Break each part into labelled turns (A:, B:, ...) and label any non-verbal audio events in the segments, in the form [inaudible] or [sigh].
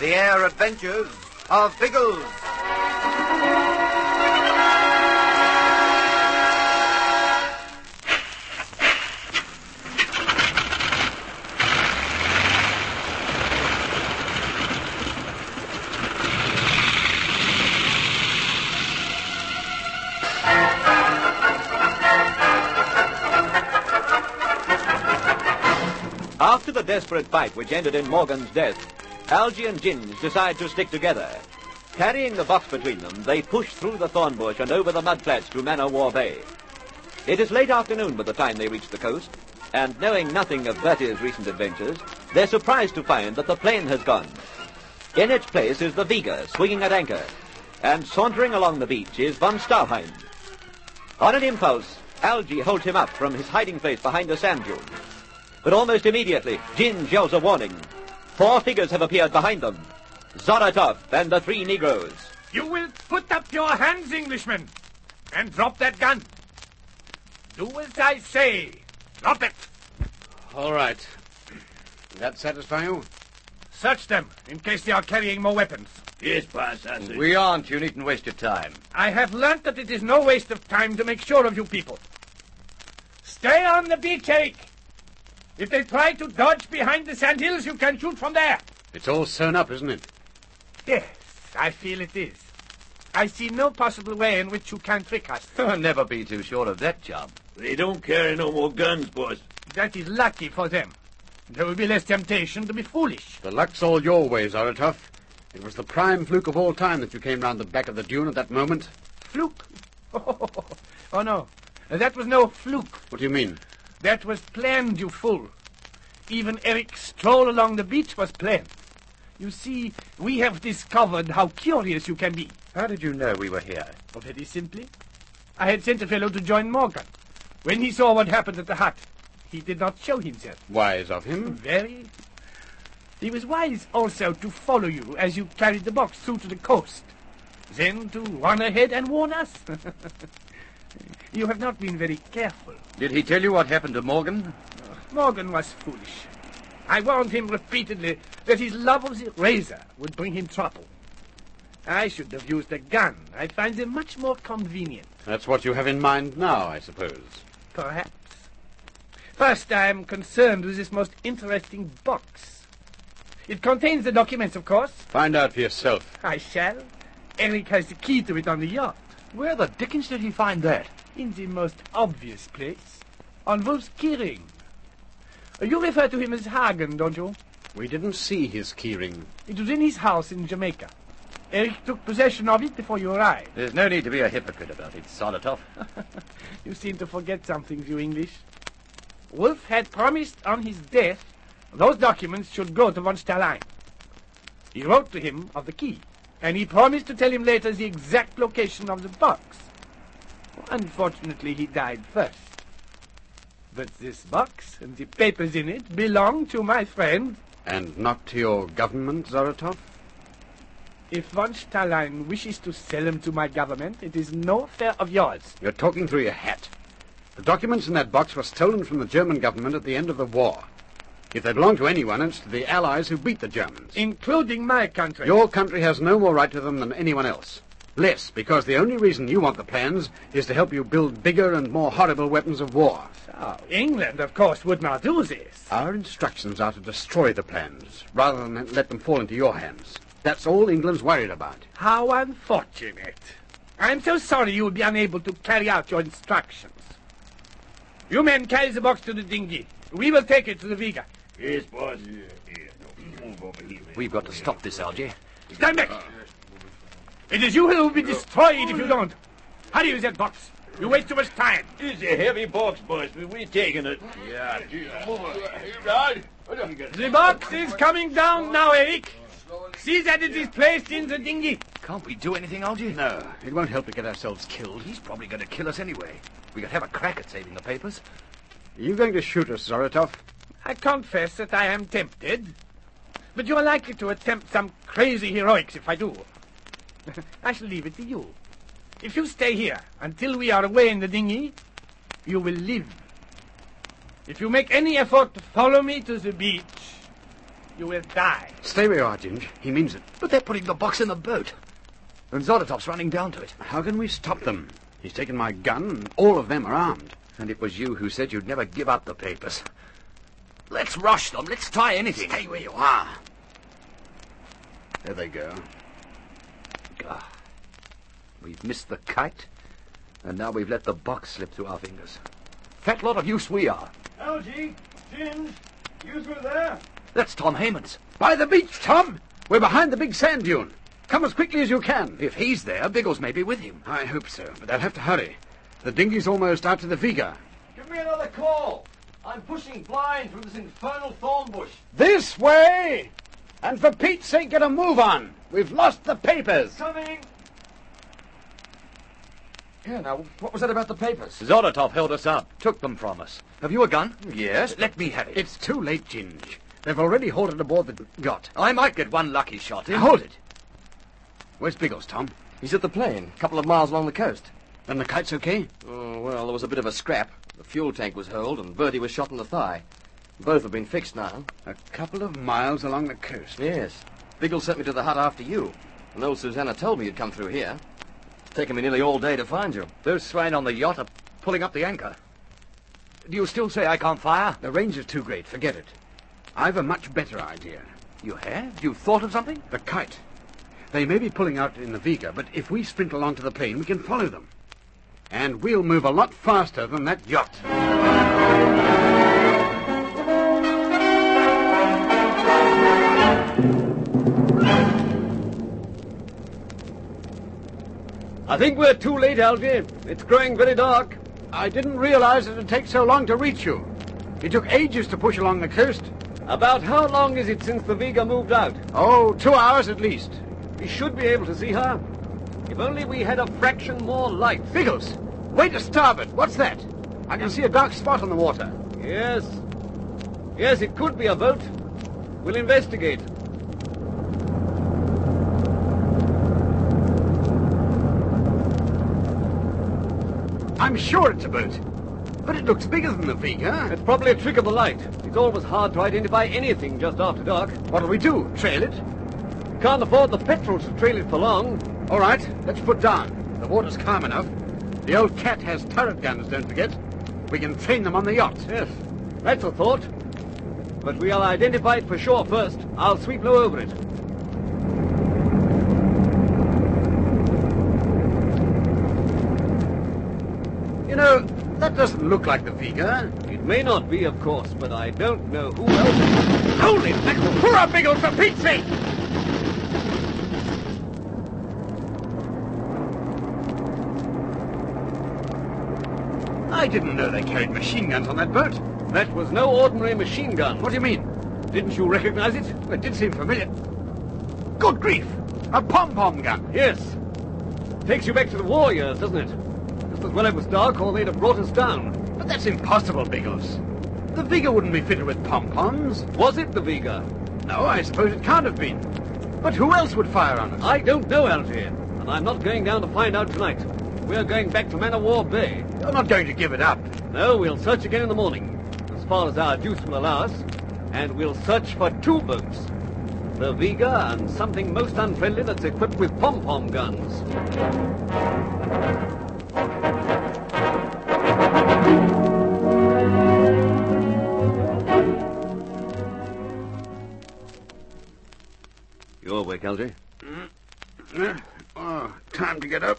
A: The Air Adventures of Biggles.
B: After the desperate fight which ended in Morgan's death, Algy and Ginge decide to stick together. Carrying the box between them, they push through the thorn bush and over the mud flats to Manor War Bay. It is late afternoon by the time they reach the coast, and knowing nothing of Bertie's recent adventures, they're surprised to find that the plane has gone. In its place is the Vega, swinging at anchor, and sauntering along the beach is von Starheim. On an impulse, Algy holds him up from his hiding place behind a sand dune. But almost immediately, Ginge yells a warning, Four figures have appeared behind them. Zoratov and the three Negroes.
C: You will put up your hands, Englishman, and drop that gun. Do as I say. Drop it.
D: All right. Does that satisfy you?
C: Search them in case they are carrying more weapons.
E: Yes, Parsassy.
D: We aren't. You needn't waste your time.
C: I have learnt that it is no waste of time to make sure of you people. Stay on the beach, Eric. If they try to dodge behind the sandhills, you can shoot from there.
D: It's all sewn up, isn't it?
C: Yes, I feel it is. I see no possible way in which you can trick [laughs] us.
D: Never be too sure of that job.
E: They don't carry no more guns, boss.
C: That is lucky for them. There will be less temptation to be foolish.
D: The luck's all your way, Zoratov. It was the prime fluke of all time that you came round the back of the dune at that moment.
C: Fluke? [laughs] Oh, no. That was no fluke.
D: What do you mean?
C: That was planned, you fool. Even Eric's stroll along the beach was planned. You see, we have discovered how curious you can be.
D: How did you know we were here?
C: Oh, very simply. I had sent a fellow to join Morgan. When he saw what happened at the hut, he did not show himself.
D: Wise of him.
C: Very. He was wise also to follow you as you carried the box through to the coast. Then to run ahead and warn us. [laughs] you have not been very careful.
D: Did he tell you what happened to Morgan?
C: Morgan was foolish. I warned him repeatedly that his love of the razor would bring him trouble. I should have used a gun. I find them much more convenient.
D: That's what you have in mind now, I suppose.
C: Perhaps. First, I am concerned with this most interesting box. It contains the documents, of course.
D: Find out for yourself.
C: I shall. Eric has the key to it on the yacht.
F: Where the dickens did he find that?
C: In the most obvious place. On Wolf's keyring. You refer to him as Hagen, don't you?
D: We didn't see his keyring.
C: It was in his house in Jamaica. Eric took possession of it before you arrived.
D: There's no need to be a hypocrite about it, Solotov.
C: you seem to forget something, you English. Wolf had promised on his death those documents should go to von Stalin. He wrote to him of the key, and he promised to tell him later the exact location of the box. Unfortunately, he died first. But this box and the papers in it belong to my friend.
D: And not to your government, Zaratov?
C: If von Stalin wishes to sell them to my government, it is no affair of yours.
D: You're talking through your hat. The documents in that box were stolen from the German government at the end of the war. If they belong to anyone, it's to the Allies who beat the Germans.
C: Including my country.
D: Your country has no more right to them than anyone else. less, because the only reason you want the plans is to help you build bigger and more horrible weapons of war.
C: So, England, of course, would not do this.
D: Our instructions are to destroy the plans, rather than let them fall into your hands. That's all England's worried about.
C: How unfortunate. I'm so sorry you will be unable to carry out your instructions. You men carry the box to the dinghy. We will take it to the Vega.
E: Yes, boss. Here, move over here.
B: We've got to stop this, Algy.
C: Stand back! It is you who will be destroyed if you don't. Hurry with that box. You waste too much time.
E: This is a heavy box, boss, but we're taking it. Yeah, move over.
C: The box is coming down now, Eric. See that it is placed in the dinghy.
F: Can't we do anything, Algy?
D: No, it won't help to get ourselves killed.
F: He's probably going to kill us anyway. We could have a crack at saving the papers.
D: Are you going to shoot us, Zoratov?
C: I confess that I am tempted. But you are likely to attempt some crazy heroics if I do. [laughs] I shall leave it to you. If you stay here until we are away in the dinghy, you will live. If you make any effort to follow me to the beach, you will die.
D: Stay where you are, Ginge. He means it.
F: But they're putting the box in the boat. And Zolotov's running down to it.
D: How can we stop them? He's taken my gun, and all of them are armed.
B: And it was you who said you'd never give up the papers. Let's rush them. Let's try anything.
F: Stay where you are.
D: There they go.
B: Ah, we've missed the kite, and now we've let the box slip through our fingers. Fat lot of use we are.
E: Algie, Jim, you through there?
F: That's Tom Heyman's.
D: By the beach, Tom! We're behind the big sand dune. Come as quickly as you can.
F: If he's there, Biggles may be with him.
D: I hope so, but they'll have to hurry. The dinghy's almost out to the Vega.
E: Give me another call. I'm pushing blind through this infernal thorn bush.
D: This way! And for Pete's sake, get a move on. We've lost the papers.
E: Coming.
F: Yeah, now, what was that about the papers?
B: Zolotov held us up, took them from us.
F: Have you a gun?
B: Yes. Let me have it.
D: It's too late, Ginge. They've already halted aboard the yacht.
B: I might get one lucky shot. in.
D: Hold it. Where's Biggles, Tom?
G: He's at the plane, a couple of miles along the coast.
D: And the kite's okay?
G: Oh, well, there was a bit of a scrap. The fuel tank was hurled, and Bertie was shot in the thigh. Both have been fixed now.
D: A couple of miles along the coast.
G: Yes. Biggles sent me to the hut after you, and old Susanna told me you'd come through here. It's taken me nearly all day to find you.
F: Those swine on the yacht are pulling up the anchor. Do you still say I can't fire?
D: The range is too great. Forget it. I've a much better idea.
F: You have? You've thought of something?
D: The kite. They may be pulling out in the Vega, but if we sprint along to the plane, we can follow them. And we'll move a lot faster than that yacht.
B: I think we're too late, Algy. It's growing very dark.
D: I didn't realize it'd take so long to reach you. It took ages to push along the coast.
B: About how long is it since the Vega moved out?
D: Oh, two hours at least.
B: We should be able to see her. If only we had a fraction more light.
D: Biggles, way to starboard. What's that? I can see a dark spot on the water.
B: Yes. Yes, it could be a boat. We'll investigate.
D: I'm sure it's a boat. But it looks bigger than the Vega.
B: It's probably a trick of the light. It's always hard to identify anything just after dark.
D: What'll we do? Trail it?
B: We can't afford the petrol to trail it for long.
D: All right, let's put down. The water's calm enough. The old cat has turret guns, don't forget. We can train them on the yacht.
B: Yes, that's a thought. But we'll identify it for sure first. I'll sweep low over it.
D: You know, that doesn't look like the Vega.
B: It may not be, of course, but I don't know who else.
D: Holy mackerel! Hurrah, Biggles, for Pete's sake! I didn't know they carried machine guns on that boat.
B: That was no ordinary machine gun.
D: What do you mean?
B: Didn't you recognize it?
D: It did seem familiar. Good grief! A pom-pom gun.
B: Yes. Takes you back to the war years, doesn't it? Just as well it was dark, or they'd have brought us down.
D: But that's impossible, Biggles. The Vega wouldn't be fitted with pom-poms.
B: Was it the Vega?
D: No, I suppose it can't have been. But who else would fire on us?
B: I don't know, Algy, and I'm not going down to find out tonight. We're going back to Man o' War Bay.
D: You're not going to give it up.
B: No, we'll search again in the morning, as far as our juice will allow us, and we'll search for two boats. The Vega and something most unfriendly that's equipped with pom-pom guns. You awake, Algy?
H: Oh, time to get up.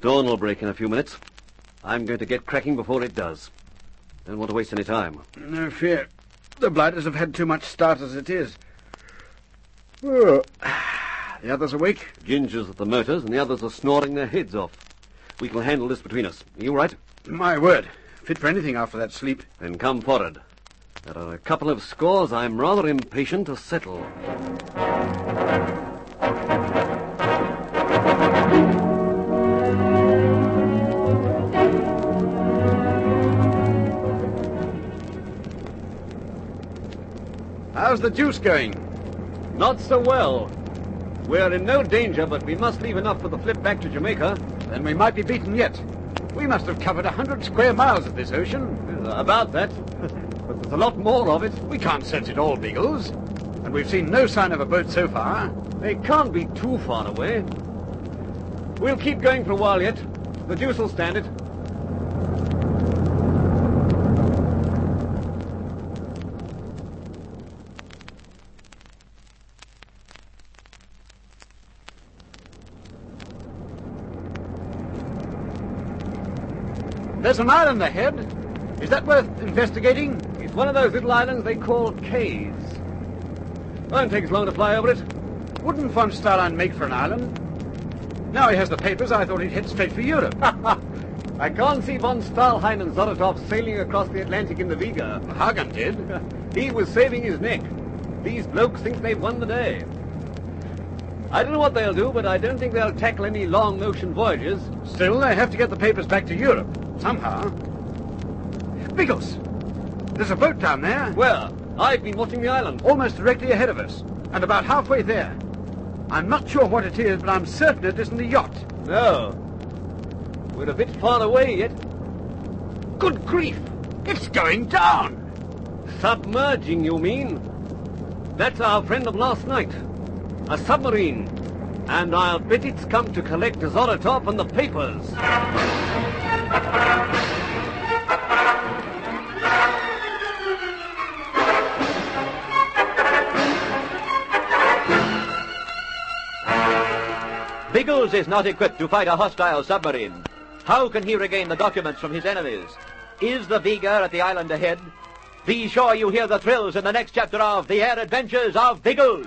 B: Dawn will break in a few minutes. I'm going to get cracking before it does. Don't want to waste any time.
H: No fear. The blighters have had too much start as it is. Oh.
B: The others awake? Ginger's at the motors, and the others are snoring their heads off. We can handle this between us. Are you all right?
D: My word. Fit for anything after that sleep.
B: Then come forward. There are a couple of scores I'm rather impatient to settle.
D: How's the juice going?
B: Not so well. We're in no danger, but we must leave enough for the flip back to Jamaica.
D: Then we might be beaten yet. We must have covered a hundred square miles of this ocean.
B: Uh, About
D: [laughs]
B: that. but there's a lot more of it.
D: We can't search it all, Beagles. And we've seen no sign of a boat so far.
B: They can't be too far away. We'll keep going for a while yet. The juice will stand it.
D: There's an island ahead. Is that worth investigating?
B: It's one of those little islands they call caves. Won't take us long to fly over it.
D: Wouldn't von Starline make for an island? Now he has the papers, I thought he'd head straight for Europe.
B: [laughs] I can't see von Stahlheim and Zoratov sailing across the Atlantic in the Vega.
D: Hagen did.
B: [laughs] he was saving his neck. These blokes think they've won the day. I don't know what they'll do, but I don't think they'll tackle any long ocean voyages.
D: Still, they have to get the papers back to Europe, somehow. Biggles! There's a boat down there.
B: Where? I've been watching the island.
D: Almost directly ahead of us, and about halfway there. I'm not sure what it is, but I'm certain it isn't a yacht.
B: No. We're a bit far away yet. Good grief!
D: It's going down!
B: Submerging, you mean? That's our friend of last night. A submarine. And I'll bet it's come to collect Zoratov and the papers. Biggles is not equipped to fight a hostile submarine. How can he regain the documents from his enemies? Is the Vega at the island ahead? Be sure you hear the thrills in the next chapter of The Air Adventures of Biggles.